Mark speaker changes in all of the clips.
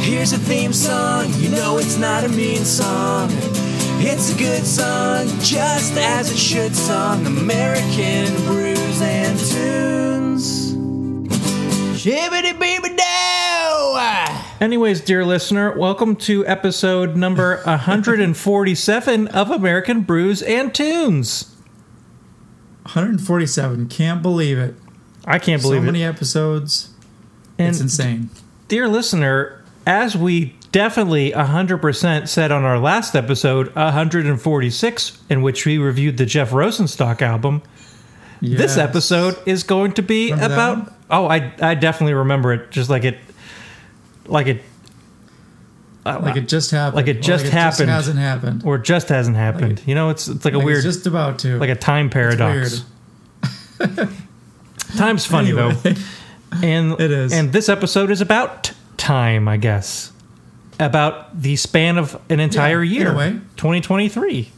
Speaker 1: Here's a theme song, you know it's not a mean song. It's a good song, just as it should song. American brews and tunes. Shibbity beeby dow!
Speaker 2: Anyways, dear listener, welcome to episode number 147 of American Brews and Tunes.
Speaker 3: 147. Can't believe it.
Speaker 2: I can't
Speaker 3: So
Speaker 2: believe
Speaker 3: many
Speaker 2: it.
Speaker 3: episodes.
Speaker 2: And
Speaker 3: It's insane.
Speaker 2: dear listener, as we definitely 100% said on our last episode, 146, in which we reviewed the Jeff Rosenstock album, this
Speaker 3: Yes.
Speaker 2: episode is going to be
Speaker 3: Remember that
Speaker 2: about.
Speaker 3: one?
Speaker 2: Oh, I I definitely remember it. Just like it, like it, uh,
Speaker 3: Like it just happened.
Speaker 2: Like it
Speaker 3: Or
Speaker 2: just happened.
Speaker 3: hasn't happened.
Speaker 2: or just hasn't happened. you know, it's it's like a
Speaker 3: Like
Speaker 2: weird,
Speaker 3: It's just about to.
Speaker 2: like a time paradox. Time's funny
Speaker 3: Anyway.
Speaker 2: though, and
Speaker 3: It is.
Speaker 2: And this episode is about t- time, I guess, about the span of an entire
Speaker 3: in a way.
Speaker 2: year, twenty twenty three.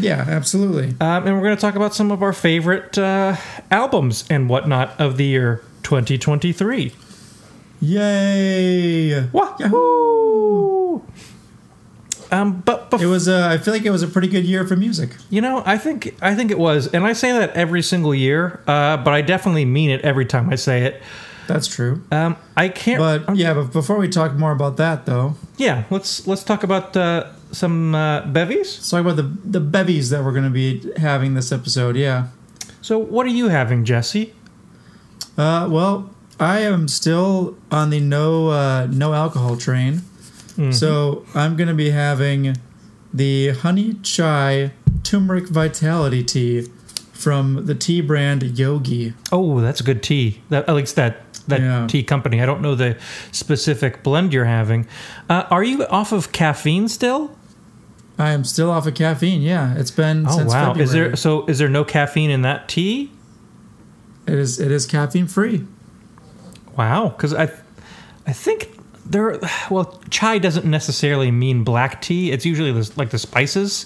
Speaker 3: yeah, absolutely.
Speaker 2: Um, and we're going to talk about some of our favorite uh, albums and whatnot of the year 2023.
Speaker 3: Yay!
Speaker 2: Wahoo! Um, but bef-
Speaker 3: It was. Uh, I feel like it was a pretty good year for music.
Speaker 2: you know, I think I think it was, and I say that every single year, uh, but I definitely mean it every time I say it.
Speaker 3: That's true.
Speaker 2: Um, I can't.
Speaker 3: But yeah, but before we talk more about that, though,
Speaker 2: yeah, let's let's talk about uh, some uh, bevies.
Speaker 3: let's talk about the the bevies that we're going to be having this episode. Yeah.
Speaker 2: So, what are you having, Jesse?
Speaker 3: Uh, well, I am still on the no uh, no alcohol train,
Speaker 2: Mm-hmm.
Speaker 3: so I'm gonna be having the honey chai turmeric vitality tea from the tea brand Yogi.
Speaker 2: Oh, that's a good tea. That, at least that that
Speaker 3: Yeah.
Speaker 2: tea company. I don't know the specific blend you're having. Uh, are you off of caffeine still?
Speaker 3: I am still off of caffeine. Yeah, it's been
Speaker 2: Oh
Speaker 3: since
Speaker 2: wow!
Speaker 3: February.
Speaker 2: Is there so? Is there no caffeine in that tea?
Speaker 3: it is it is caffeine free.
Speaker 2: Wow, because I, I think there. Well, chai doesn't necessarily mean black tea. It's usually the, like the spices,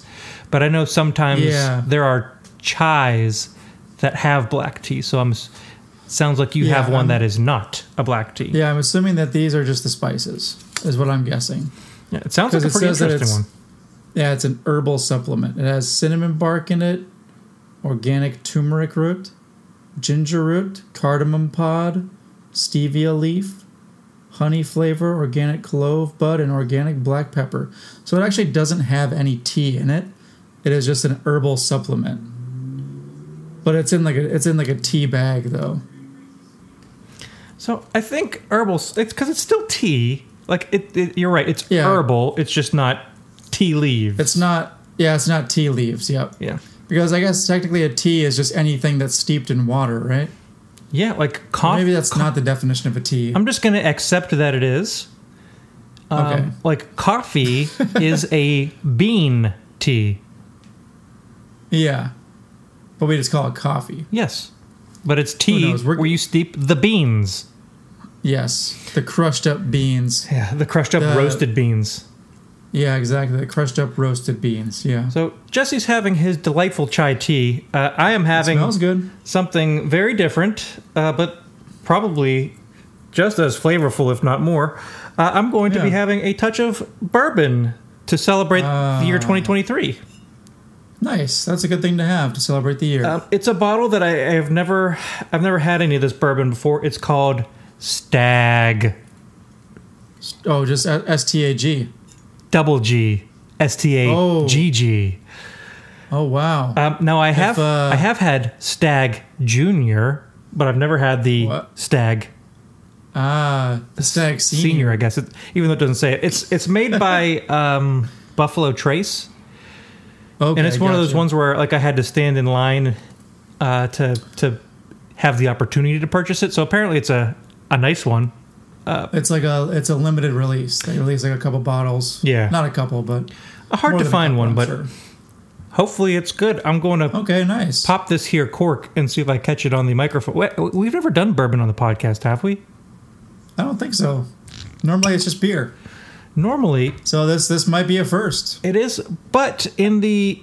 Speaker 2: but I know sometimes
Speaker 3: Yeah.
Speaker 2: there are chais that have black tea. So I'm. s- Sounds like you
Speaker 3: Yeah,
Speaker 2: have one
Speaker 3: I'm-
Speaker 2: that is not a black tea.
Speaker 3: Yeah, I'm assuming that these are just the spices. Is what I'm guessing.
Speaker 2: Yeah, it sounds like a
Speaker 3: 'Cause it
Speaker 2: pretty
Speaker 3: says that
Speaker 2: interesting
Speaker 3: it's-
Speaker 2: one.
Speaker 3: Yeah, it's an herbal supplement. It has cinnamon bark in it, organic turmeric root, ginger root, cardamom pod, stevia leaf, honey flavor, organic clove bud, and organic black pepper. So it actually doesn't have any tea in it. It is just an herbal supplement. But it's in like a it's in like a tea bag though.
Speaker 2: So I think herbal. It's because it's still tea. Like it, it, you're right. It's
Speaker 3: Yeah.
Speaker 2: herbal. It's just not tea leaves.
Speaker 3: It's not yeah, it's not tea leaves, yep.
Speaker 2: yeah.
Speaker 3: Because I guess technically a tea is just anything that's steeped in water, right?
Speaker 2: Yeah, like coffee.
Speaker 3: Maybe that's not the definition of a tea.
Speaker 2: I'm just going to accept that it is. Um,
Speaker 3: Okay.
Speaker 2: Like coffee is a bean tea.
Speaker 3: Yeah. But we just call it coffee.
Speaker 2: Yes. But it's tea
Speaker 3: knows? We're-
Speaker 2: where you steep the beans.
Speaker 3: Yes. The crushed up beans.
Speaker 2: Yeah, the crushed up
Speaker 3: The-
Speaker 2: roasted beans.
Speaker 3: Yeah, exactly. The crushed up roasted beans. Yeah.
Speaker 2: So Jesse's having his delightful chai tea. Uh, I am having
Speaker 3: smells good.
Speaker 2: something very different, uh, but probably just as flavorful, if not more. Uh, I'm going to be
Speaker 3: Yeah.
Speaker 2: having a touch of bourbon to celebrate the year
Speaker 3: Ah.
Speaker 2: 2023.
Speaker 3: Nice. That's a good thing to have to celebrate the year.
Speaker 2: Um, it's a bottle that I, I have never, I've never had any of this bourbon before. It's called Stag
Speaker 3: oh, just S T A G.
Speaker 2: Double G S T A G G.
Speaker 3: Oh, wow.
Speaker 2: Um, Now I have,
Speaker 3: uh,
Speaker 2: I have had Stag Junior, but I've never had the
Speaker 3: What?
Speaker 2: Stag
Speaker 3: ah, the stag senior.
Speaker 2: Senior. I guess, it, even though it doesn't say it. It's it's made by um, Buffalo Trace,
Speaker 3: Okay,
Speaker 2: and it's one of those
Speaker 3: gotcha.
Speaker 2: ones where like I had to stand in line uh, to to have the opportunity to purchase it. So apparently, it's a a nice one.
Speaker 3: It's like a it's a limited release. They release like a couple bottles.
Speaker 2: Yeah.
Speaker 3: Not a couple, but
Speaker 2: A hard
Speaker 3: more
Speaker 2: to
Speaker 3: than a
Speaker 2: find
Speaker 3: couple,
Speaker 2: one,
Speaker 3: I'm
Speaker 2: but
Speaker 3: sure.
Speaker 2: hopefully it's good. I'm going to
Speaker 3: okay, nice.
Speaker 2: pop this here cork and see if I catch it on the microphone. Wait, We've never done bourbon on the podcast, have we?
Speaker 3: I don't think so. Normally it's just beer.
Speaker 2: Normally
Speaker 3: So this this might be a first.
Speaker 2: it is, but in the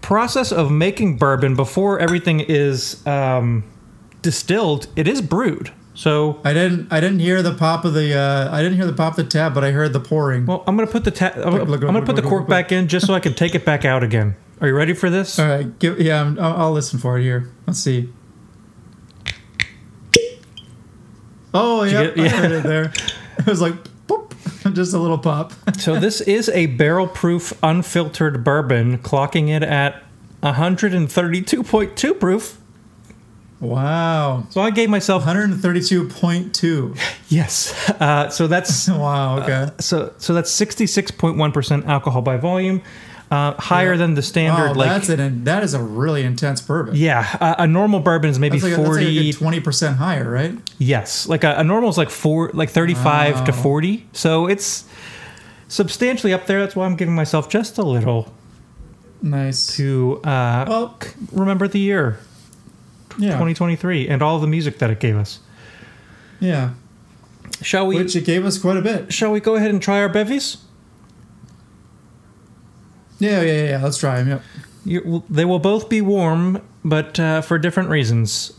Speaker 2: process of making bourbon before everything is um, distilled, it is brewed. So,
Speaker 3: I didn't. I didn't hear the pop of the. Uh, I didn't hear the pop of the tab, but I heard the pouring.
Speaker 2: well, I'm gonna put the ta- I'm,
Speaker 3: Look, look,
Speaker 2: I'm gonna
Speaker 3: look,
Speaker 2: put the
Speaker 3: look,
Speaker 2: cork
Speaker 3: look,
Speaker 2: back in just so I can take it back out again. Are you ready for this?
Speaker 3: All right. Give, yeah, I'm, I'll, I'll listen for it here. Let's see. Oh yep,
Speaker 2: get-
Speaker 3: I heard it there. It was like boop, just a little pop.
Speaker 2: So this is a barrel-proof, unfiltered bourbon, clocking it at 132.2 proof.
Speaker 3: Wow.
Speaker 2: So I gave myself
Speaker 3: 132.2.
Speaker 2: yes. Uh, so that's
Speaker 3: Wow. Okay.
Speaker 2: so so that's 66.1 percent alcohol by volume, uh, higher than the standard.
Speaker 3: wow,
Speaker 2: like
Speaker 3: Oh, that's an that is a really intense bourbon.
Speaker 2: yeah, uh, a normal bourbon is maybe
Speaker 3: That's like,
Speaker 2: 40.
Speaker 3: twenty percent higher, right?
Speaker 2: yes, like a, a normal is like four, like 35 to
Speaker 3: Wow.
Speaker 2: 40. So it's substantially up there. That's why I'm giving myself just a little
Speaker 3: Nice.
Speaker 2: to uh,
Speaker 3: Well,
Speaker 2: remember the year.
Speaker 3: yeah,
Speaker 2: 2023 and all the music that it gave us.
Speaker 3: yeah.
Speaker 2: Shall we?
Speaker 3: Which it gave us quite a bit.
Speaker 2: shall we go ahead and try our bevies?
Speaker 3: Yeah, yeah, yeah. yeah. Let's try them. Yep.
Speaker 2: You, well, they will both be warm, but uh, for different reasons.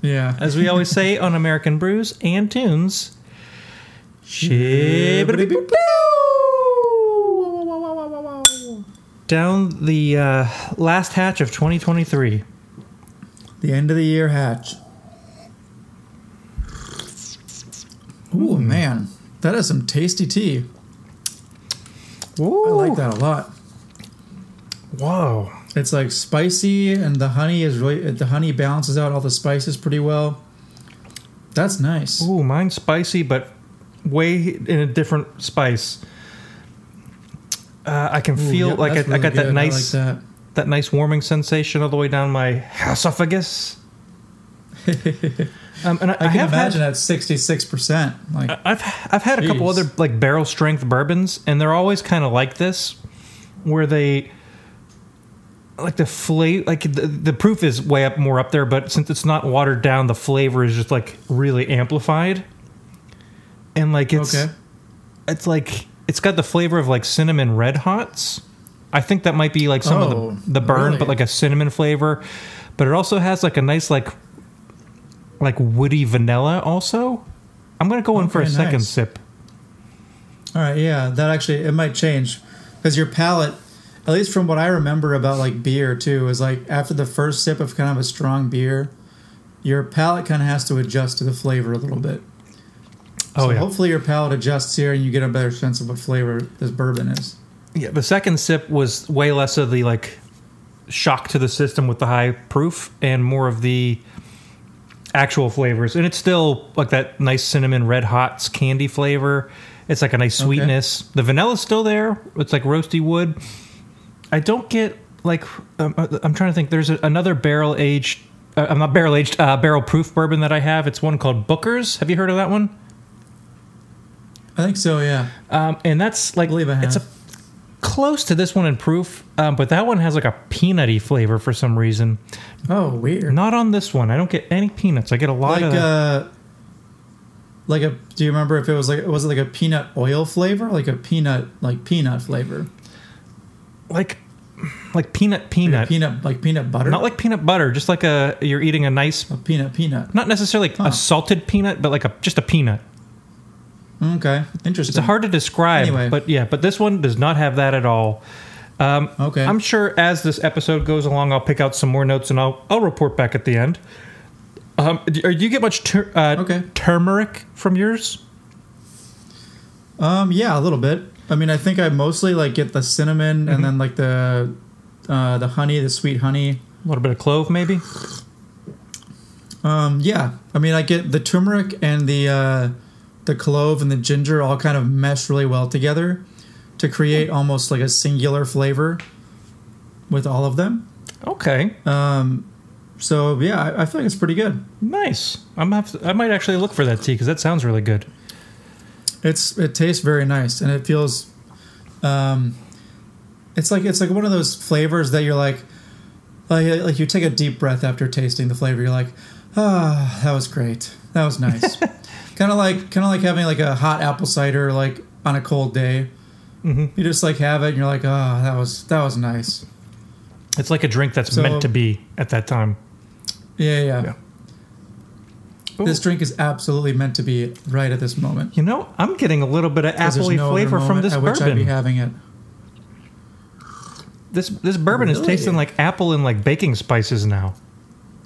Speaker 3: Yeah.
Speaker 2: As we always say on American Brews and Tunes. shibbity-boo. Down the uh, last hatch of 2023.
Speaker 3: The end of the year hatch. Ooh, man. That is some tasty tea. I like that a lot.
Speaker 2: Whoa.
Speaker 3: It's like spicy, and the honey is really, the honey balances out all the spices pretty well. That's nice.
Speaker 2: Ooh, mine's spicy, but way in a different spice. Uh, I can
Speaker 3: Ooh,
Speaker 2: feel
Speaker 3: yep,
Speaker 2: like I,
Speaker 3: that's
Speaker 2: I
Speaker 3: really
Speaker 2: got
Speaker 3: good.
Speaker 2: that
Speaker 3: I
Speaker 2: nice that.
Speaker 3: like
Speaker 2: nice warming sensation all the way down my esophagus. um, and I, I,
Speaker 3: that. I can
Speaker 2: have
Speaker 3: imagine
Speaker 2: had, Uh,
Speaker 3: that's sixty-six percent. Like,
Speaker 2: I've I've had a couple
Speaker 3: Jeez.
Speaker 2: other like barrel strength bourbons, and they're always kind of like this, where they like the flavor like the, the proof is way up more up there, but since it's not watered down, the flavor is just like really amplified, and like it's
Speaker 3: okay,
Speaker 2: it's like it's got the flavor of like cinnamon red hots. I think that might be like some
Speaker 3: Oh,
Speaker 2: of the the burn,
Speaker 3: really?
Speaker 2: but like a cinnamon flavor. But it also has like a nice like like woody vanilla. Also, I'm gonna go in for a
Speaker 3: Okay,
Speaker 2: second
Speaker 3: nice.
Speaker 2: sip.
Speaker 3: all right, yeah. That actually it might change because your palate, at least from what I remember about like beer too, is like after the first sip of kind of a strong beer, your palate kind of has to adjust to the flavor a little bit.
Speaker 2: Oh
Speaker 3: so
Speaker 2: yeah,
Speaker 3: hopefully your palate adjusts here and you get a better sense of what flavor this bourbon is.
Speaker 2: yeah. The second sip was way less of the like shock to the system with the high proof and more of the actual flavors. And it's still like that nice cinnamon red hots candy flavor. It's like a nice sweetness. The vanilla's still there. It's like roasty wood. I don't get like um, uh, I'm trying to think. There's a, another barrel aged. Uh, I'm not barrel aged. Uh, barrel proof bourbon that I have. It's one called Booker's. Have you heard of that one?
Speaker 3: I think so, yeah.
Speaker 2: Um, and that's like
Speaker 3: believe I
Speaker 2: it's a,
Speaker 3: have.
Speaker 2: close to this one in proof, um, but that one has like a peanutty flavor for some reason.
Speaker 3: Oh, weird.
Speaker 2: Not on this one. I don't get any peanuts. I get a lot
Speaker 3: like
Speaker 2: of
Speaker 3: uh like a do you remember if it was like was it like a peanut oil flavor? Like a peanut like peanut flavor.
Speaker 2: like like peanut
Speaker 3: Like a
Speaker 2: peanut.
Speaker 3: peanut like peanut butter.
Speaker 2: Not like peanut butter, just like a you're eating a nice
Speaker 3: a peanut peanut.
Speaker 2: not necessarily
Speaker 3: Huh.
Speaker 2: a salted peanut, but like a just a peanut.
Speaker 3: Okay. Interesting.
Speaker 2: It's hard to describe,
Speaker 3: Anyway.
Speaker 2: but yeah, but this one does not have that at all. Um,
Speaker 3: Okay.
Speaker 2: I'm sure as this episode goes along, I'll pick out some more notes and I'll I'll report back at the end. Um, do, do you get much tur- uh,
Speaker 3: Okay.
Speaker 2: turmeric from yours?
Speaker 3: um yeah, a little bit. I mean I think I mostly like get the cinnamon
Speaker 2: Mm-hmm.
Speaker 3: and then like the uh the honey, the sweet honey.
Speaker 2: A little bit of clove, maybe.
Speaker 3: Um, yeah, I mean, I get the turmeric and the uh, the clove and the ginger all kind of mesh really well together to
Speaker 2: Mm.
Speaker 3: create almost like a singular flavor with all of them.
Speaker 2: Okay, Uh,
Speaker 3: Um, so yeah, I, I feel like it's pretty good.
Speaker 2: nice. I'm have to, I might actually look for that tea because that sounds really good.
Speaker 3: It's it tastes very nice and it feels, um, it's like it's like one of those flavors that you're like, like, like you take a deep breath after tasting the flavor. You're like, ah, that was great. That was nice. kind of like kind of like having like a hot apple cider like on a cold day.
Speaker 2: Mm-hmm.
Speaker 3: You just like have it and you're like, ah, that was that was nice.
Speaker 2: It's like a drink that's
Speaker 3: So-
Speaker 2: meant to be at that time.
Speaker 3: Yeah, yeah.
Speaker 2: Yeah.
Speaker 3: This drink is absolutely meant to be right at this moment.
Speaker 2: You know, I'm getting a little bit of
Speaker 3: 'Cause there's
Speaker 2: appley
Speaker 3: no other
Speaker 2: flavor from
Speaker 3: moment
Speaker 2: this
Speaker 3: at which I'd be
Speaker 2: bourbon.
Speaker 3: having it.
Speaker 2: This this bourbon is
Speaker 4: Really?
Speaker 2: tasting like apple and like baking spices now.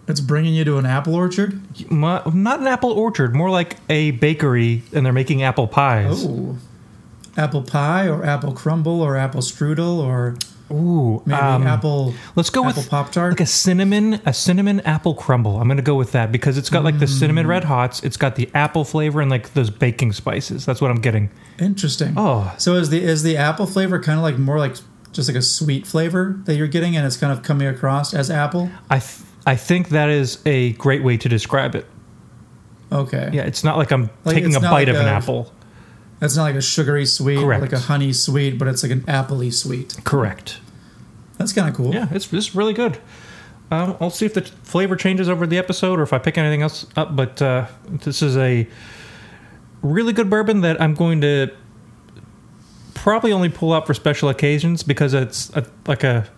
Speaker 3: It's bringing you to an apple orchard.
Speaker 2: My, not an apple orchard, more like a bakery, and they're making apple pies.
Speaker 3: Oh, apple pie or apple crumble or apple strudel or
Speaker 2: Ooh,
Speaker 3: Oh. maybe
Speaker 2: um,
Speaker 3: apple.
Speaker 2: Let's go
Speaker 3: apple
Speaker 2: with
Speaker 3: pop tart.
Speaker 2: like a cinnamon, a cinnamon apple crumble. I'm gonna go with that because it's got like the
Speaker 3: Mm.
Speaker 2: cinnamon red hots, it's got the apple flavor and like those baking spices. That's what I'm getting.
Speaker 3: Interesting.
Speaker 2: Oh.
Speaker 3: so is the is the apple flavor kind of like more like just like a sweet flavor that you're getting, and it's kind of coming across as apple?
Speaker 2: I th- I think that is a great way to describe it.
Speaker 3: Okay.
Speaker 2: Yeah, it's not like I'm
Speaker 3: Like,
Speaker 2: taking
Speaker 3: it's
Speaker 2: a
Speaker 3: not
Speaker 2: bite
Speaker 3: like
Speaker 2: of an
Speaker 3: a-
Speaker 2: apple.
Speaker 3: It's not like a sugary sweet, or
Speaker 2: Correct.
Speaker 3: like a honey sweet, but it's like an appley sweet.
Speaker 2: Correct.
Speaker 3: That's kind of cool.
Speaker 2: Yeah, it's it's really good. Um, I'll see if the t- flavor changes over the episode or if I pick anything else up. But uh, this is a really good bourbon that I'm going to probably only pull out for special occasions because it's a, like a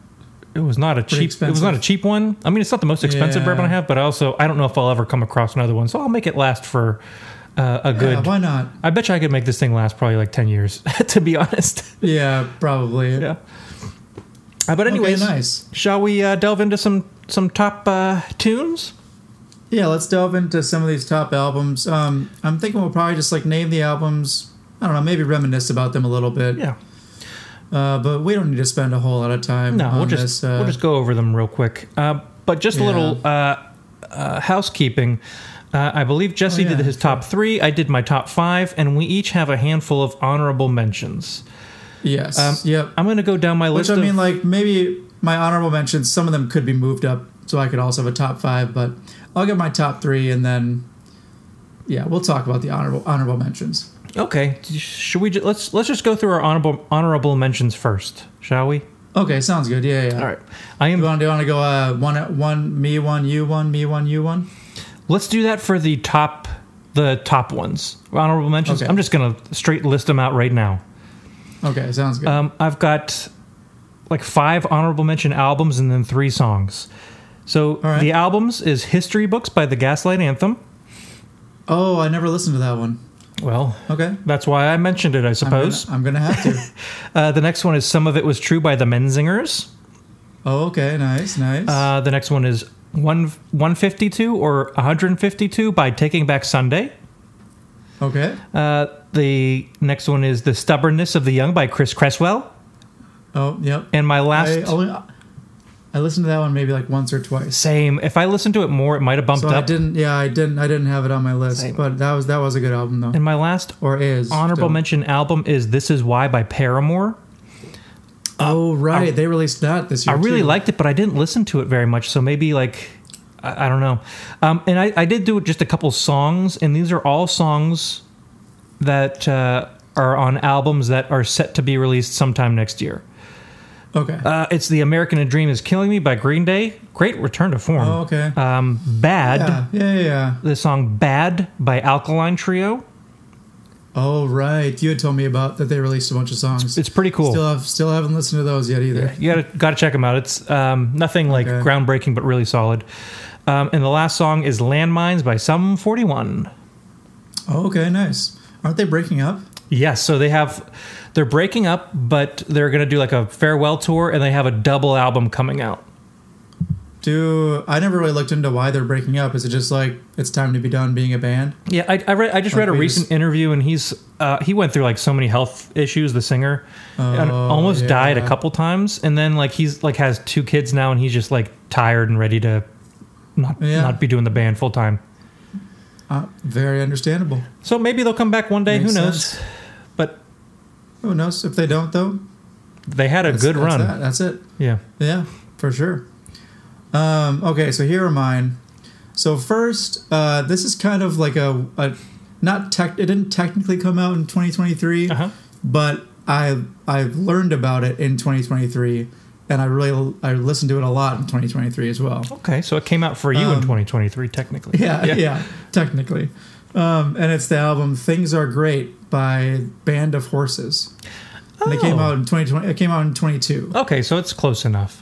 Speaker 2: it was not a cheap it was
Speaker 3: expensive.
Speaker 2: not a cheap one. I mean, it's not the most expensive
Speaker 3: Yeah.
Speaker 2: bourbon I have, but I also I don't know if I'll ever come across another one, so I'll make it last for uh, a
Speaker 3: Yeah,
Speaker 2: good.
Speaker 3: why not?
Speaker 2: I bet you I could make this thing last probably like ten years, to be honest.
Speaker 3: Yeah, probably.
Speaker 2: yeah. Uh, but anyways,
Speaker 3: okay, nice.
Speaker 2: Shall we uh, delve into some some top uh, tunes?
Speaker 3: Yeah, let's delve into some of these top albums. Um, I'm thinking we'll probably just like name the albums. I don't know, maybe reminisce about them a little bit.
Speaker 2: Yeah,
Speaker 3: Uh, but we don't need to spend a whole lot of time.
Speaker 2: no,
Speaker 3: on
Speaker 2: we'll just
Speaker 3: this, uh,
Speaker 2: we'll just go over them real quick. Uh, but just a
Speaker 3: Yeah.
Speaker 2: little uh, uh, housekeeping. Uh, I believe Jesse
Speaker 3: Oh, yeah,
Speaker 2: did his top three. I did my top five, and we each have a handful of honorable mentions.
Speaker 3: yes.
Speaker 2: Um,
Speaker 3: yep.
Speaker 2: I'm going to go down my
Speaker 3: Which
Speaker 2: list.
Speaker 3: I
Speaker 2: of-
Speaker 3: mean, like maybe my honorable mentions. Some of them could be moved up, so I could also have a top five. But I'll get my top three, and then yeah, we'll talk about the honorable honorable mentions.
Speaker 2: okay, should we? Ju- let's let's just go through our honorable honorable mentions first, shall we?
Speaker 3: Okay, sounds good. Yeah, yeah.
Speaker 2: All right. I am
Speaker 3: You want to want to go uh, one at one me one you one me one you one?
Speaker 2: Let's do that for the top the top ones. Honorable mentions.
Speaker 3: Okay.
Speaker 2: I'm just gonna straight list them out right now.
Speaker 3: Okay, sounds good.
Speaker 2: Um, I've got like five honorable mention albums and then three songs. So
Speaker 3: right.
Speaker 2: the albums is History Books by the Gaslight Anthem.
Speaker 3: oh, I never listened to that one.
Speaker 2: Well,
Speaker 3: Okay.
Speaker 2: that's why I mentioned it, I
Speaker 3: I'm gonna,
Speaker 2: suppose.
Speaker 3: I'm gonna have to.
Speaker 2: Uh, the next one is Some of It Was True by the Menzingers.
Speaker 3: oh, okay, nice, nice.
Speaker 2: Uh, the next one is one 152 or 152 by Taking Back Sunday.
Speaker 3: okay.
Speaker 2: Uh, the next one is The Stubbornness of the Young by Chris Cresswell.
Speaker 3: Oh, yep.
Speaker 2: And my last
Speaker 3: I only I listened to that one maybe like once or twice.
Speaker 2: same. If I listened to it more, it might have bumped
Speaker 3: So I
Speaker 2: up.
Speaker 3: didn't. Yeah, I didn't. I didn't have it on my list,
Speaker 2: Same.
Speaker 3: but that was that was a good album though,
Speaker 2: And my last
Speaker 3: or is
Speaker 2: honorable
Speaker 3: still.
Speaker 2: mention album is "This Is Why" by Paramore.
Speaker 3: Oh right, they released that this
Speaker 2: Uh, I
Speaker 3: year.
Speaker 2: really
Speaker 3: too.
Speaker 2: liked it, but I didn't listen to it very much. So maybe like I, I don't know. Um, and I, I did do just a couple songs, and these are all songs that uh, are on albums that are set to be released sometime next year.
Speaker 3: Okay.
Speaker 2: Uh, it's "The American Dream Is Killing Me" by Green Day. Great return to form.
Speaker 3: oh, okay.
Speaker 2: Um, "Bad."
Speaker 3: yeah, yeah, yeah, yeah.
Speaker 2: The song "Bad" by Alkaline Trio.
Speaker 3: Oh right, you had told me about that. They released a bunch of songs.
Speaker 2: It's pretty cool.
Speaker 3: Still have still haven't listened to those yet either.
Speaker 2: you gotta gotta check them out. It's um, nothing like
Speaker 3: Okay.
Speaker 2: groundbreaking, but really solid. Um, and the last song is "Landmines" by Sum Forty One.
Speaker 3: Oh, okay, nice. Aren't they breaking up?
Speaker 2: Yes, so they have they're breaking up, but they're gonna do like a farewell tour, and they have a double album coming out.
Speaker 3: Do I never really looked into why they're breaking up? Is it just like it's time to be done being a band?
Speaker 2: Yeah, I, I read I just
Speaker 3: Like
Speaker 2: read a
Speaker 3: we
Speaker 2: recent
Speaker 3: just-
Speaker 2: interview, and he's uh, he went through like so many health issues. The singer and
Speaker 3: Oh,
Speaker 2: almost died a
Speaker 3: yeah.
Speaker 2: couple times, and then like he's like has two kids now, and he's just like tired and ready to not
Speaker 3: Yeah.
Speaker 2: not be doing the band full time.
Speaker 3: Uh, very understandable.
Speaker 2: So maybe they'll come back one day.
Speaker 3: Makes
Speaker 2: who knows?
Speaker 3: sense.
Speaker 2: But
Speaker 3: Who knows if they don't though?
Speaker 2: they had a
Speaker 3: That's-
Speaker 2: good
Speaker 3: that's
Speaker 2: run.
Speaker 3: that. That's it.
Speaker 2: Yeah.
Speaker 3: Yeah, for sure. Um, okay, so here are mine. So first, uh, this is kind of like a, a not tech. It didn't technically come out in 2023,
Speaker 2: Uh-huh.
Speaker 3: but I I learned about it in 2023, and I really I listened to it a lot in 2023 as well.
Speaker 2: Okay, so it came out for you in 2023, technically.
Speaker 3: Um, Yeah, yeah, technically. Um, and it's the album "Things Are Great" by Band of Horses. And They came
Speaker 2: Oh.
Speaker 3: out in 2020. It came out in 22.
Speaker 2: Okay, so it's close enough.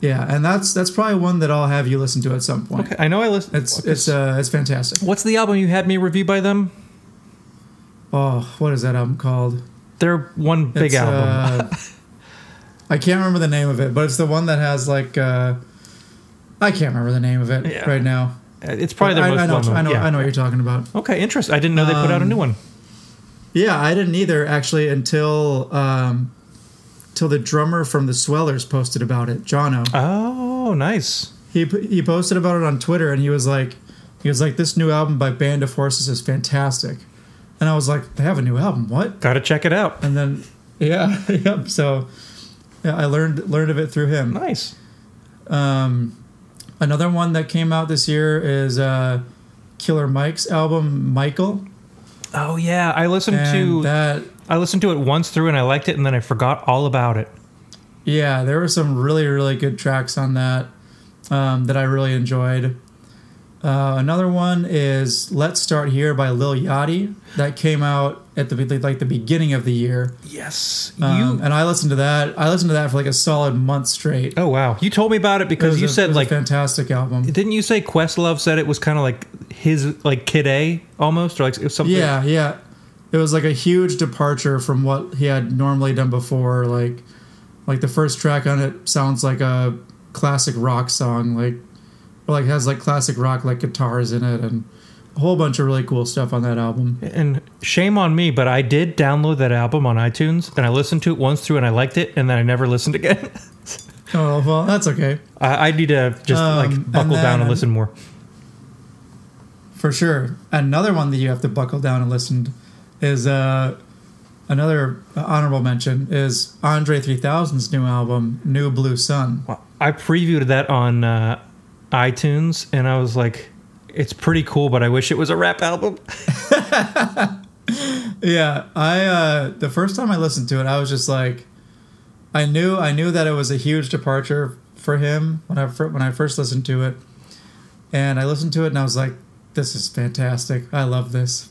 Speaker 3: Yeah, and that's that's probably one that I'll have you listen to at some point.
Speaker 2: Okay, I know I listened.
Speaker 3: It's it's uh it's fantastic.
Speaker 2: What's the album you had me review by them?
Speaker 3: Oh, what is that album called?
Speaker 2: Their one big
Speaker 3: It's,
Speaker 2: album.
Speaker 3: uh, I can't remember the name of it, but it's the one that has like uh I can't remember the name of it
Speaker 2: Yeah.
Speaker 3: right now.
Speaker 2: Uh, it's probably their
Speaker 3: I,
Speaker 2: most
Speaker 3: I know,
Speaker 2: well-known.
Speaker 3: I know,
Speaker 2: yeah.
Speaker 3: I know what you're talking about.
Speaker 2: Okay, interest. I didn't know they put out a
Speaker 3: Um,
Speaker 2: new one.
Speaker 3: Yeah, I didn't either actually until um till the drummer from the Swellers posted about it, Jono.
Speaker 2: Oh, nice.
Speaker 3: he he posted about it on Twitter, and he was like, he was like, this new album by Band of Horses is fantastic, and I was like, they have a new album, what?
Speaker 2: Got to check it out.
Speaker 3: And then, yeah, yep. So, yeah, I learned learned of it through him.
Speaker 2: Nice.
Speaker 3: Um, another one that came out this year is uh, Killer Mike's album Michael,
Speaker 2: Oh yeah, I listened
Speaker 3: and
Speaker 2: to
Speaker 3: that.
Speaker 2: I listened to it once through and I liked it, and then I forgot all about it.
Speaker 3: Yeah, there were some really really good tracks on that um, that I really enjoyed. Uh, another one is "Let's Start Here" by Lil Yachty that came out at the like the beginning of the year,
Speaker 2: Yes,
Speaker 3: um,
Speaker 2: you.
Speaker 3: and I listened to that. I listened to that for like a solid month straight.
Speaker 2: Oh wow, you told me about it
Speaker 3: It
Speaker 2: because
Speaker 3: was
Speaker 2: you
Speaker 3: a- it
Speaker 2: said
Speaker 3: was
Speaker 2: like
Speaker 3: a fantastic album.
Speaker 2: didn't you say Questlove said it was kind of like his like Kid A almost or like it was something?
Speaker 3: Yeah, yeah, it was like a huge departure from what he had normally done before. Like, like the first track on it sounds like a classic rock song, like or like has like classic rock like guitars in it and a whole bunch of really cool stuff on that album.
Speaker 2: And shame on me, but I did download that album on iTunes and I listened to it once through and I liked it, and then I never listened again.
Speaker 3: Oh well, that's okay.
Speaker 2: I, I need to just
Speaker 3: Um,
Speaker 2: like
Speaker 3: and
Speaker 2: buckle down and
Speaker 3: then-
Speaker 2: listen more.
Speaker 3: For sure. Another one that you have to buckle down and listen is uh, another honorable mention is Andre 3000's new album, New Blue Sun.
Speaker 2: Well, I previewed that on uh, iTunes, and I was like, "It's pretty cool, but I wish it was a rap album."
Speaker 3: Yeah, I uh, the first time I listened to it, I was just like, I knew I knew that it was a huge departure for him when I fir- when I first listened to it, and I listened to it and I was like, this is fantastic. I love this.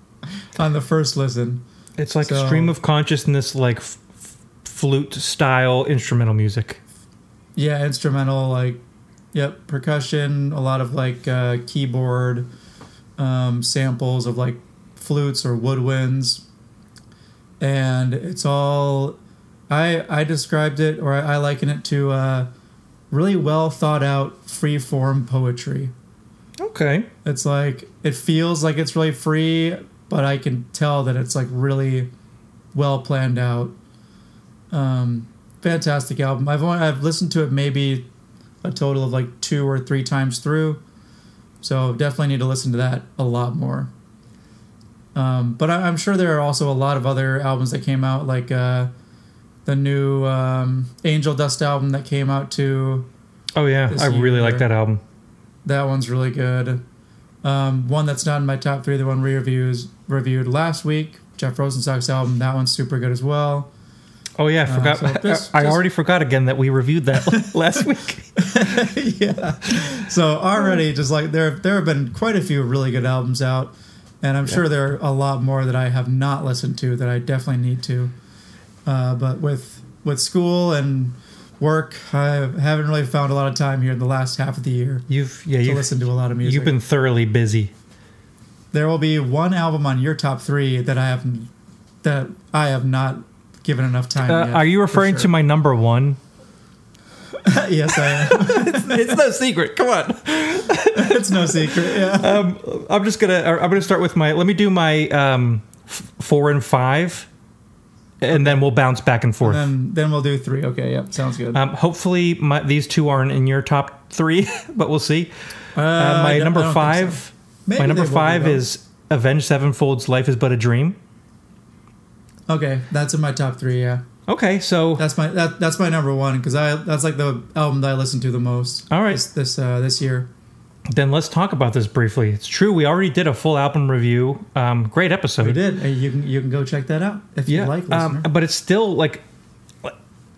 Speaker 3: On the first listen,
Speaker 2: It's like
Speaker 3: So-
Speaker 2: stream of consciousness, like f- f- flute style instrumental music.
Speaker 3: yeah, instrumental like, yep, percussion, a lot of like uh, keyboard um, samples of like flutes or woodwinds, and it's all I I described it or I, I liken it to uh, really well thought out free form poetry.
Speaker 2: Okay,
Speaker 3: It's like it feels like it's really free, but I can tell that it's like really well planned out. Um, fantastic album. I've only, I've listened to it maybe a total of like two or three times through, so definitely need to listen to that a lot more. Um, but I, I'm sure there are also a lot of other albums that came out, like uh, the new um, Angel Dust album that came out too.
Speaker 2: oh yeah,
Speaker 3: This
Speaker 2: I really
Speaker 3: year.
Speaker 2: like that album.
Speaker 3: That one's really good. Um, one that's not in my top three, the one we reviews, reviewed last week, Jeff Rosenstock's album. That one's super good as well.
Speaker 2: Oh yeah, I
Speaker 3: Uh,
Speaker 2: forgot.
Speaker 3: so this-
Speaker 2: I, I
Speaker 3: this-
Speaker 2: already forgot again that we reviewed that last week.
Speaker 3: yeah. So already, just like there, there have been quite a few really good albums out, and I'm sure there are a lot more that I have not listened to that I definitely need to. Uh, but with with school and work, I haven't really found a lot of time here in the last half of the year
Speaker 2: You've yeah,
Speaker 3: to
Speaker 2: you've,
Speaker 3: listen to a lot of music.
Speaker 2: you've been thoroughly busy.
Speaker 3: there will be one album on your top three that I have that I have not given enough time.
Speaker 2: Uh,
Speaker 3: yet,
Speaker 2: are you
Speaker 3: for
Speaker 2: referring to
Speaker 3: sure.
Speaker 2: my number one?
Speaker 3: yes, I am.
Speaker 2: it's no secret. Come on.
Speaker 3: it's no secret. Yeah.
Speaker 2: Um, I'm just gonna. I'm gonna start with my. Let me do my um, f- four and five, and then we'll bounce back and forth.
Speaker 3: Then then we'll do three. Okay. Yep. Sounds good.
Speaker 2: Um, hopefully, my, these two aren't in your top three, but we'll see. Uh,
Speaker 3: I
Speaker 2: my
Speaker 3: don't- I
Speaker 2: number
Speaker 3: don't think so.
Speaker 2: five.
Speaker 3: Maybe
Speaker 2: My
Speaker 3: they
Speaker 2: number
Speaker 3: will be,
Speaker 2: five
Speaker 3: though.
Speaker 2: is Avenged Sevenfold's "Life Is But a Dream."
Speaker 3: okay. That's in my top three. Yeah.
Speaker 2: Okay, so
Speaker 3: That's my that, that's my number one because I that's like the album that I listen to the most.
Speaker 2: All right.
Speaker 3: This this, uh, this year.
Speaker 2: then let's talk about this briefly. It's true we already did a full album review. Um, great episode.
Speaker 3: We did. Uh, You can you can go check that out if you like.
Speaker 2: um,
Speaker 3: listener.
Speaker 2: but it's still like,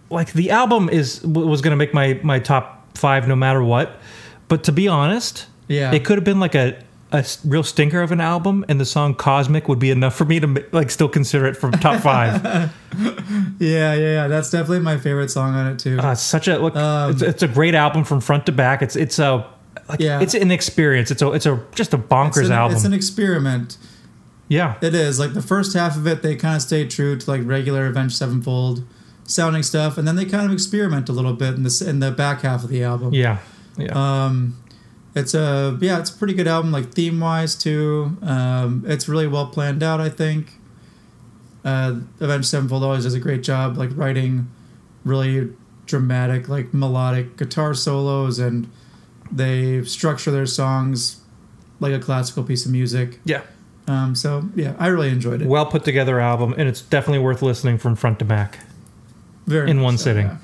Speaker 2: like the album is w- was going to make my my top five no matter what. But to be honest,
Speaker 3: Yeah.
Speaker 2: it could have been like a a s- real stinker of an album, and the song "Cosmic" would be enough for me to ma- like still consider it from top five.
Speaker 3: Yeah, yeah, yeah. That's definitely my favorite song on it too.
Speaker 2: Uh, it's such a look.
Speaker 3: Um,
Speaker 2: it's, it's a great album from front to back. It's it's a like,
Speaker 3: Yeah.
Speaker 2: it's an experience. It's a it's a just a bonkers
Speaker 3: it's, an,
Speaker 2: album.
Speaker 3: it's an experiment.
Speaker 2: yeah,
Speaker 3: It is like the first half of it. They kind of stay true to like regular Avenged Sevenfold sounding stuff, and then they kind of experiment a little bit in this in the back half of the album.
Speaker 2: yeah, yeah.
Speaker 3: Um, it's a yeah, it's a pretty good album, like theme wise too. Um, it's really well planned out, I think. Uh, Avenged Sevenfold always does a great job, like writing really dramatic, like melodic guitar solos, and they structure their songs like a classical piece of music.
Speaker 2: yeah.
Speaker 3: Um, so yeah, I really enjoyed it.
Speaker 2: Well put together album, and it's definitely worth listening from front to back.
Speaker 3: Very
Speaker 2: in
Speaker 3: much
Speaker 2: one
Speaker 3: so,
Speaker 2: sitting.
Speaker 3: yeah.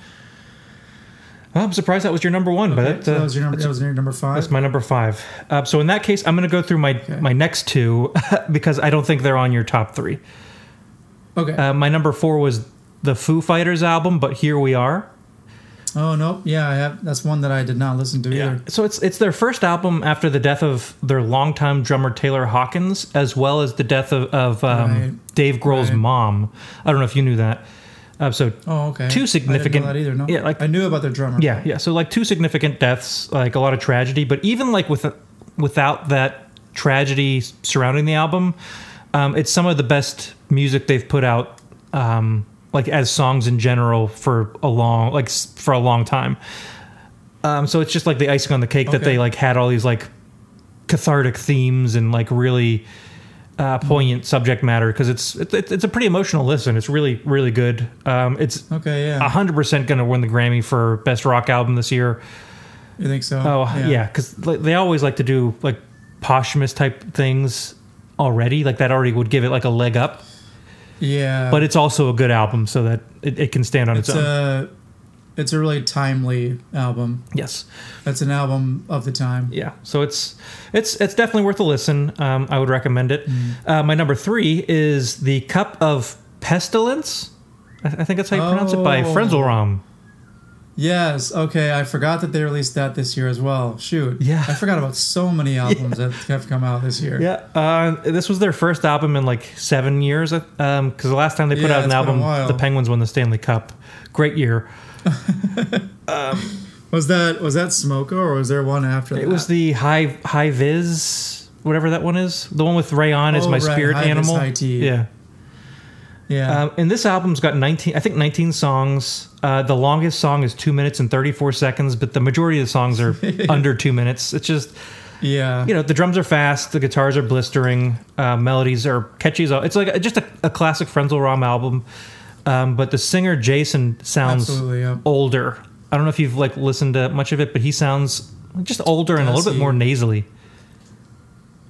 Speaker 2: I'm surprised that was your number one,
Speaker 3: Okay,
Speaker 2: but
Speaker 3: so
Speaker 2: uh,
Speaker 3: that was your number.
Speaker 2: that's-
Speaker 3: That was your number five.
Speaker 2: That's my number five. Uh, so in that case, I'm going to go through my
Speaker 3: Okay.
Speaker 2: my next two because I don't think they're on your top three.
Speaker 3: okay.
Speaker 2: Uh, my number four was the Foo Fighters album, but here we are.
Speaker 3: oh nope. Yeah, I have. That's one that I did not listen to either.
Speaker 2: So it's it's their first album after the death of their longtime drummer Taylor Hawkins, as well as the death of, of um,
Speaker 3: Right.
Speaker 2: Dave Grohl's
Speaker 3: Right.
Speaker 2: mom. I don't know if you knew that. Uh, so
Speaker 3: Oh, okay.
Speaker 2: Two significant-
Speaker 3: I didn't know that either. No.
Speaker 2: yeah, like-
Speaker 3: I knew about the drummer.
Speaker 2: Yeah, yeah. So like two significant deaths, like a lot of tragedy, but even like with without that tragedy surrounding the album, um, it's some of the best music they've put out, um, like as songs in general for a long like s- for a long time. Um, so it's just like the icing on the cake that
Speaker 3: Okay.
Speaker 2: they like had all these like cathartic themes and like really uh, poignant subject matter because it's it's it's a pretty emotional listen. It's really really good. Um, it's
Speaker 3: Okay. Yeah.
Speaker 2: 100% going to win the Grammy for best rock album this year.
Speaker 3: You think so?
Speaker 2: Oh, yeah, cuz they always like to do like posthumous type things already, like that already would give it like a leg up,
Speaker 3: Yeah.
Speaker 2: but it's also a good album so that it, it can stand on its, um,
Speaker 3: it's uh,
Speaker 2: own.
Speaker 3: a it's a really timely album.
Speaker 2: yes.
Speaker 3: That's an album of the time.
Speaker 2: Yeah. So it's it's it's definitely worth a listen. Um, I would recommend it. Uh, my number 3 is The Cup of Pestilence. I, I think that's how you pronounce it by
Speaker 3: Oh.
Speaker 2: Frenzelrom.
Speaker 3: Yes. Okay. I forgot that they released that this year as well. Shoot.
Speaker 2: Yeah.
Speaker 3: I forgot about so many albums that have come out this year.
Speaker 2: Yeah, uh, this was their first album in like seven years. Because the last time they put
Speaker 3: Yeah,
Speaker 2: out an
Speaker 3: it's been a
Speaker 2: album,
Speaker 3: while.
Speaker 2: the Penguins won the Stanley Cup. Great year.
Speaker 3: Was that was that Smoker or was there one after that?
Speaker 2: It was the High High Viz, whatever that one is. The one with Rayon is
Speaker 3: Oh,
Speaker 2: my
Speaker 3: right,
Speaker 2: spirit
Speaker 3: High Viz,
Speaker 2: animal.
Speaker 3: High Tea.
Speaker 2: yeah.
Speaker 3: yeah.
Speaker 2: Um, and this album's got 19, I think 19 songs. Uh, the longest song is two minutes and 34 seconds, but the majority of the songs are under two minutes. It's just,
Speaker 3: yeah.
Speaker 2: you know, the drums are fast, the guitars are blistering, uh, melodies are catchy. as all- It's like a, just a, a classic Frenzel Rom album. Um, but the singer Jason sounds
Speaker 3: Absolutely, yeah.
Speaker 2: older. I don't know if you've like listened to much of it, but he sounds just older and a
Speaker 3: Does
Speaker 2: little bit
Speaker 3: he?
Speaker 2: more nasally.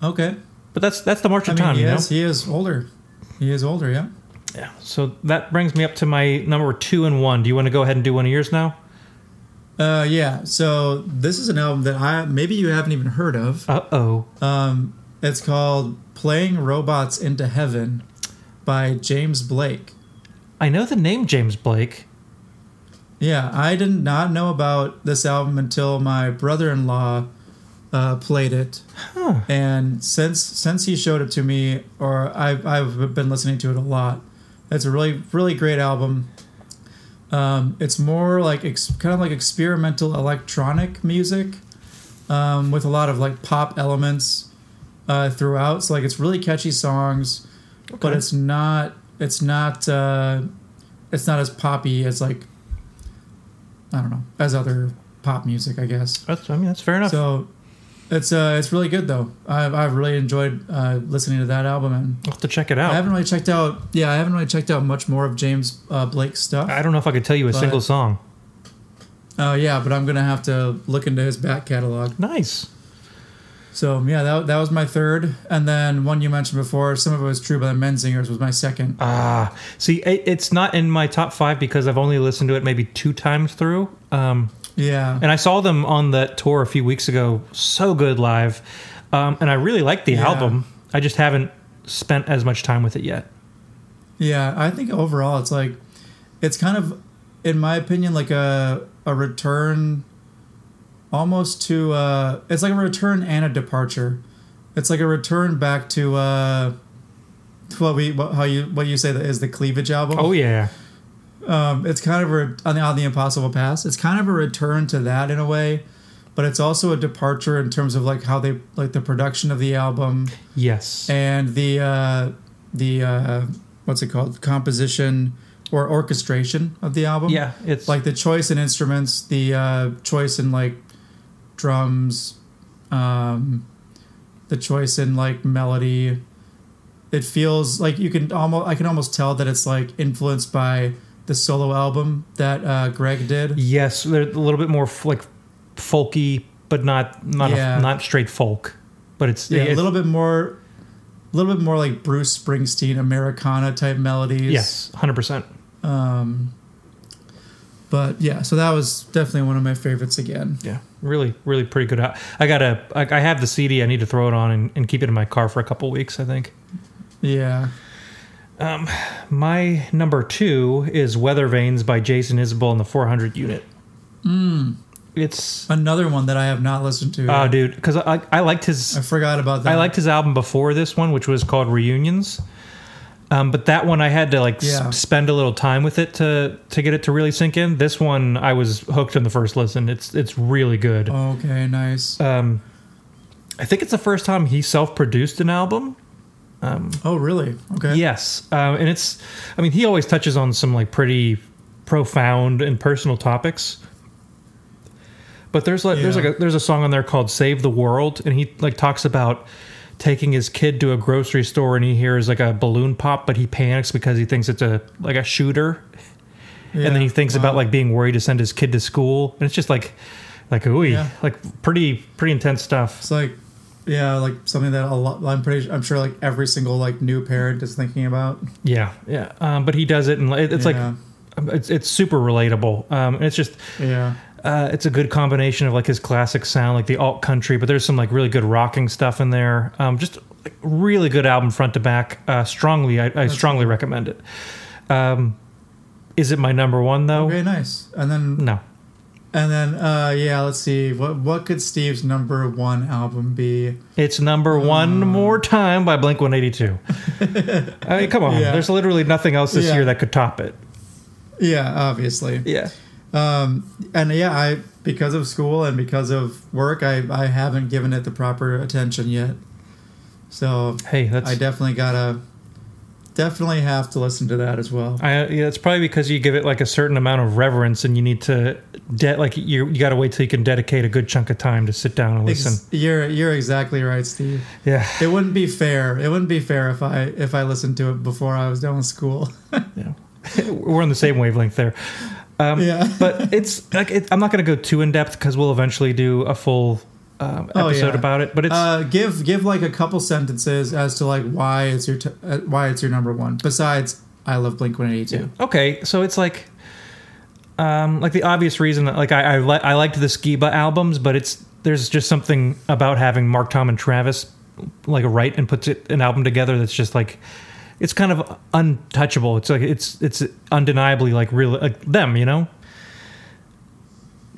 Speaker 3: Okay.
Speaker 2: But that's that's the march
Speaker 3: I
Speaker 2: of
Speaker 3: mean,
Speaker 2: time, you know.
Speaker 3: yes, he is older. He is older. Yeah.
Speaker 2: Yeah. So that brings me up to my number two and one. Do you want to go ahead and do one of yours now?
Speaker 3: Uh, yeah. So this is an album that I maybe you haven't even heard of.
Speaker 2: Uh oh.
Speaker 3: Um, it's called "Playing Robots into Heaven" by James Blake.
Speaker 2: I know the name James Blake.
Speaker 3: Yeah, I did not know about this album until my brother-in-law uh, played it, and since since he showed it to me, or I've I've been listening to it a lot. It's a really really great album. Um, it's more like ex- kind of like experimental electronic music, um, with a lot of like pop elements uh, throughout. So like it's really catchy songs, but
Speaker 2: Okay.
Speaker 3: it's not it's not uh, it's not as poppy as like I don't know as other pop music, I guess.
Speaker 2: That's, I mean, that's fair enough.
Speaker 3: So it's uh, it's really good though. I've, I've really enjoyed uh, listening to that album, and
Speaker 2: I'll have to check it
Speaker 3: I
Speaker 2: out.
Speaker 3: haven't really checked out. Yeah, I haven't really checked out much more of James uh, Blake's stuff.
Speaker 2: I don't know if I could tell you a
Speaker 3: But-
Speaker 2: single song.
Speaker 3: Oh yeah, but I'm gonna have to look into his back catalog.
Speaker 2: Nice.
Speaker 3: So yeah, that, that was my third, and then one you mentioned before, some of it was true by the Men Singers was my second.
Speaker 2: Ah, see, it, it's not in my top five because I've only listened to it maybe two times through. Um,
Speaker 3: Yeah,
Speaker 2: and I saw them on that tour a few weeks ago. So good live. Um, and I really like the
Speaker 3: Yeah.
Speaker 2: album. I just haven't spent as much time with it yet.
Speaker 3: yeah. I think overall, it's like, it's kind of, in my opinion, like a a return, almost to uh, it's like a return and a departure. It's like a return back to uh, to what we what, how you what you say that is the cleavage album.
Speaker 2: Oh, yeah.
Speaker 3: Um, it's kind of a, on the on the Impossible Pass. It's kind of a return to that in a way, but it's also a departure in terms of like how they like the production of the album
Speaker 2: Yes.
Speaker 3: and the uh, the uh, what's it called composition or orchestration of the album.
Speaker 2: yeah, it's
Speaker 3: like the choice in instruments, the uh, choice in like drums, um, the choice in like melody. It feels like you can almost I can almost tell that it's like influenced by the solo album that uh, Greg did.
Speaker 2: yes, they're a little bit more f- like folky, but not not
Speaker 3: Yeah.
Speaker 2: a, not straight folk. But it's
Speaker 3: Yeah,
Speaker 2: it's-
Speaker 3: a little bit more, a little bit more like Bruce Springsteen Americana type melodies.
Speaker 2: Yes, hundred percent.
Speaker 3: but yeah, so that was definitely one of my favorites again.
Speaker 2: Yeah, really, really pretty good. al- I gotta, I I have the CD. I need to throw it on and, and keep it in my car for a couple weeks. I think
Speaker 3: Yeah,
Speaker 2: my number two is Weather Vanes by Jason Isbell and the 400 Unit. Mm. It's
Speaker 3: another one that I have not listened to.
Speaker 2: oh, dude, because I I liked his
Speaker 3: I forgot about that.
Speaker 2: I liked his album before this one, which was called Reunions. Um, but that one I had to like
Speaker 3: Yeah.
Speaker 2: s- spend a little time with it to to get it to really sink in. This one I was hooked on the first listen. It's it's really good.
Speaker 3: Oh. Okay, nice.
Speaker 2: Um, I think it's the first time he self produced an album.
Speaker 3: Oh, really? Okay.
Speaker 2: Yes, um, and it's I mean he always touches on some like pretty profound and personal topics. But there's like there's
Speaker 3: Yeah.
Speaker 2: like a, there's a song on there called "Save the World," and he like talks about taking his kid to a grocery store and he hears like a balloon pop, but he panics because he thinks it's a like a shooter,
Speaker 3: Yeah, Uh-huh.
Speaker 2: and then he thinks
Speaker 3: wow.
Speaker 2: about like being worried to send his kid to school, and it's just like like ooh
Speaker 3: Yeah.
Speaker 2: like pretty pretty intense stuff.
Speaker 3: it's like, yeah, like something that a lot. I'm pretty. I'm sure like every single like new parent is thinking about.
Speaker 2: Yeah, yeah. Um, but he does it, and it- it's
Speaker 3: Yeah.
Speaker 2: like um, it's it's super relatable. Um, and it's just
Speaker 3: Yeah.
Speaker 2: uh, it's a good combination of like his classic sound, like the alt country, but there's some like really good rocking stuff in there. Um, just like, really good album front to back. Uh, strongly, I, I strongly recommend it. Um, is it my number one though?
Speaker 3: Okay, nice. And then
Speaker 2: No,
Speaker 3: and then uh yeah, let's see. What what could Steve's number one album be?
Speaker 2: it's number
Speaker 3: Um.
Speaker 2: one more time by Blink 182. I mean, come on,
Speaker 3: Yeah.
Speaker 2: there's literally nothing else this
Speaker 3: Yeah.
Speaker 2: year that could top it.
Speaker 3: Yeah, obviously.
Speaker 2: Yeah.
Speaker 3: Um and yeah, I because of school and because of work, I I haven't given it the proper attention yet. So
Speaker 2: Hey, that's
Speaker 3: I definitely gotta definitely have to listen to that as well.
Speaker 2: I, yeah, it's probably because you give it like a certain amount of reverence, and you need to de- like you you got to wait till you can dedicate a good chunk of time to sit down and listen.
Speaker 3: Ex- you're you're exactly right, Steve.
Speaker 2: yeah,
Speaker 3: It wouldn't be fair. It wouldn't be fair if I if I listened to it before I was done with school.
Speaker 2: we're on the same wavelength there. Um,
Speaker 3: Yeah.
Speaker 2: but it's like it, I'm not going to go too in depth because we'll eventually do a full um,
Speaker 3: Oh,
Speaker 2: episode
Speaker 3: yeah.
Speaker 2: about it. But it's
Speaker 3: uh, give give like a couple sentences as to like why it's your t- uh, why it's your number one. Besides, I love Blink One Eighty Two.
Speaker 2: okay. So it's like. Um, like the obvious reason, that like I I, li- I liked the Skiba albums, but it's there's just something about having Mark Tom and Travis like write and puts it, an album together that's just like it's kind of untouchable. It's like it's it's undeniably like real like them, you know.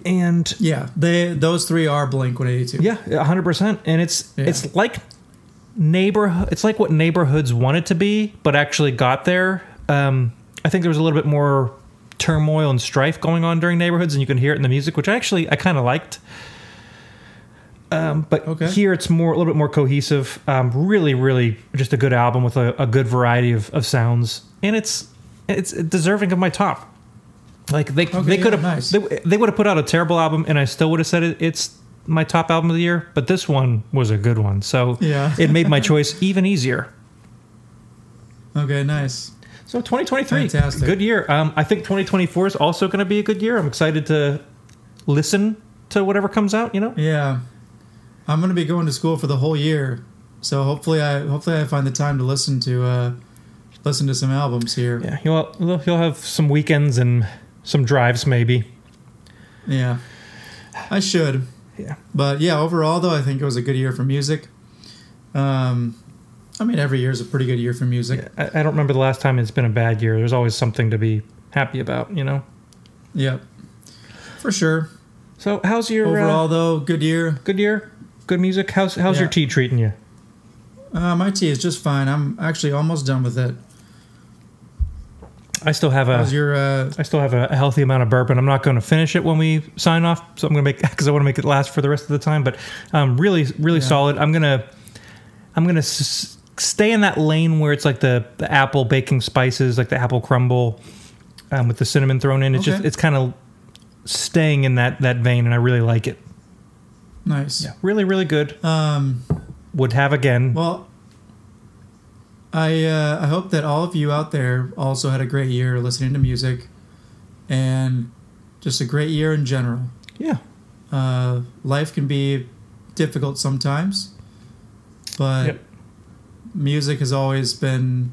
Speaker 2: And
Speaker 3: Yeah, they those three are Blink One Eighty Two.
Speaker 2: Yeah, a hundred percent. And it's
Speaker 3: Yeah.
Speaker 2: it's like neighborhood. It's like what neighborhoods wanted to be, but actually got there. Um, I think there was a little bit more turmoil and strife going on during neighborhoods, and you can hear it in the music, which actually I kind of liked. Um, but
Speaker 3: Okay.
Speaker 2: here it's more a little bit more cohesive. Um, really, really, just a good album with a, a good variety of, of sounds, and it's it's deserving of my top. Like they
Speaker 3: Okay,
Speaker 2: they could have
Speaker 3: yeah, nice.
Speaker 2: they, they would have put out a terrible album, and I still would have said it, it's my top album of the year. But this one was a good one, so
Speaker 3: Yeah.
Speaker 2: it made my choice even easier.
Speaker 3: Okay, nice.
Speaker 2: So 2023,
Speaker 3: Fantastic.
Speaker 2: good year. Um, I think 2024 is also going to be a good year. I'm excited to listen to whatever comes out. You know,
Speaker 3: Yeah, I'm gonna be going to school for the whole year, so hopefully I hopefully I find the time to listen to uh, listen to some albums here.
Speaker 2: yeah, you'll you'll have some weekends and some drives maybe.
Speaker 3: Yeah, I should.
Speaker 2: Yeah.
Speaker 3: But yeah, overall though, I think it was a good year for music. Um, I mean, every year is a pretty good year for music.
Speaker 2: I, I don't remember the last time it's been a bad year. There's always something to be happy about. You know.
Speaker 3: Yep, for sure.
Speaker 2: So how's your uh,
Speaker 3: Overall though, good year.
Speaker 2: good year, good music. How's how's
Speaker 3: Yeah.
Speaker 2: your tea treating you?
Speaker 3: Uh, my tea is just fine. I'm actually almost done with it.
Speaker 2: I still have a
Speaker 3: How's your uh,
Speaker 2: I still have a healthy amount of bourbon. I'm not going to finish it when we sign off, so I'm going to make because I want to make it last for the rest of the time. But um, really, really solid. I'm gonna I'm gonna s- stay in that lane where it's like the, the apple baking spices, like the apple crumble um, with the cinnamon thrown in. It's just
Speaker 3: Okay.
Speaker 2: it's kind of staying in that that vein, and I really like it.
Speaker 3: nice?
Speaker 2: Really, really good.
Speaker 3: Um,
Speaker 2: Would have again.
Speaker 3: well, I uh, I hope that all of you out there also had a great year listening to music, and just a great year in general.
Speaker 2: yeah,
Speaker 3: Uh, life can be difficult sometimes, but
Speaker 2: Yep.
Speaker 3: music has always been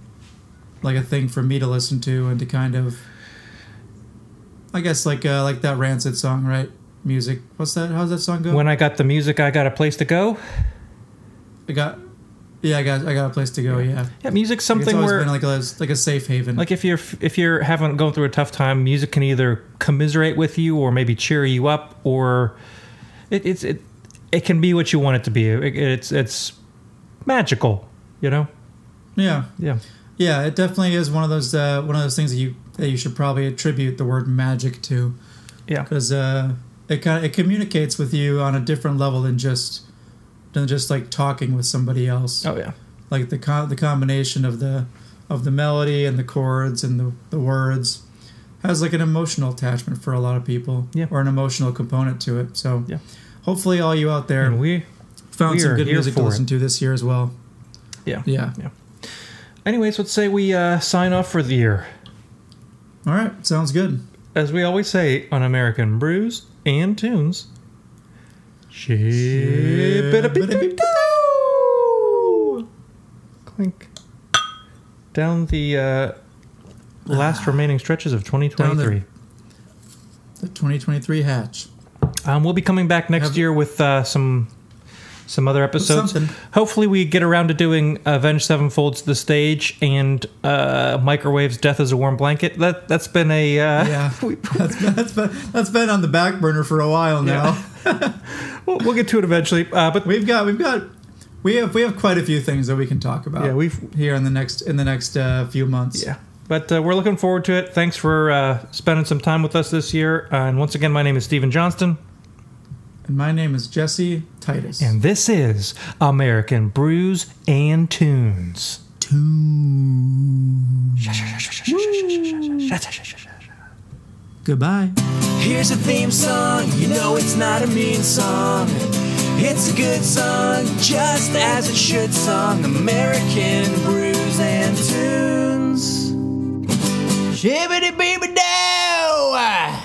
Speaker 3: like a thing for me to listen to and to kind of, I guess like uh, like that Rancid song, right? Music. What's that? How's that song go?
Speaker 2: when I got the music, I got a place to go.
Speaker 3: I got, yeah, I got I got a place to go. Yeah,
Speaker 2: Yeah, music's
Speaker 3: Like, it's
Speaker 2: something
Speaker 3: always
Speaker 2: where
Speaker 3: been like a like a safe haven.
Speaker 2: like if you're if you're having going through a tough time music can either commiserate with you or maybe cheer you up or it, it's it it can be what you want it to be It- it's it's magical you know
Speaker 3: yeah,
Speaker 2: yeah
Speaker 3: yeah, it definitely is one of those uh, one of those things that you that you should probably attribute the word magic to.
Speaker 2: yeah
Speaker 3: because uh, it kind of it communicates with you on a different level than just than just like talking with somebody else.
Speaker 2: oh yeah
Speaker 3: Like the com- the combination of the of the melody and the chords and the, the words has like an emotional attachment for a lot of people,
Speaker 2: Yeah.
Speaker 3: or an emotional component to it. So
Speaker 2: Yeah.
Speaker 3: hopefully, all you out there
Speaker 2: and we
Speaker 3: found
Speaker 2: we
Speaker 3: some
Speaker 2: are
Speaker 3: good
Speaker 2: here
Speaker 3: music to
Speaker 2: for
Speaker 3: listen
Speaker 2: it.
Speaker 3: to this year as well.
Speaker 2: yeah
Speaker 3: Yeah.
Speaker 2: anyways let's say we uh, sign off for the year
Speaker 3: All right, sounds good.
Speaker 2: as we always say on american brews and tunes Shib-a-dip-dip-dip-doo. clink down the uh,
Speaker 3: Ah.
Speaker 2: last remaining stretches of 2023
Speaker 3: The 2023 hatch.
Speaker 2: um, we'll be coming back next
Speaker 3: Have-
Speaker 2: year with uh, some some other episodes
Speaker 3: Something.
Speaker 2: hopefully we get around to doing avenge sevenfolds the stage and uh, microwaves death is a warm blanket that, that's been a uh,
Speaker 3: Yeah, that's been, that's been that's been on the back burner for a while now.
Speaker 2: Yeah. we'll, we'll get to it eventually uh, but
Speaker 3: We've got we've got we have we have quite a few things that we can talk about.
Speaker 2: Yeah, we've-
Speaker 3: here in the next in the next uh, few months.
Speaker 2: Yeah. But uh, we're looking forward to it. Thanks for uh, spending some time with us this year. Uh, and once again, my name is Stephen Johnston,
Speaker 3: And my name is Jesse Titus.
Speaker 2: and this is American Brews and Tunes.
Speaker 3: goodbye.
Speaker 1: Here's a theme song, you know it's not a mean song. It's a good song, just as it should song. American brews and tunes. Shibbity baby dow!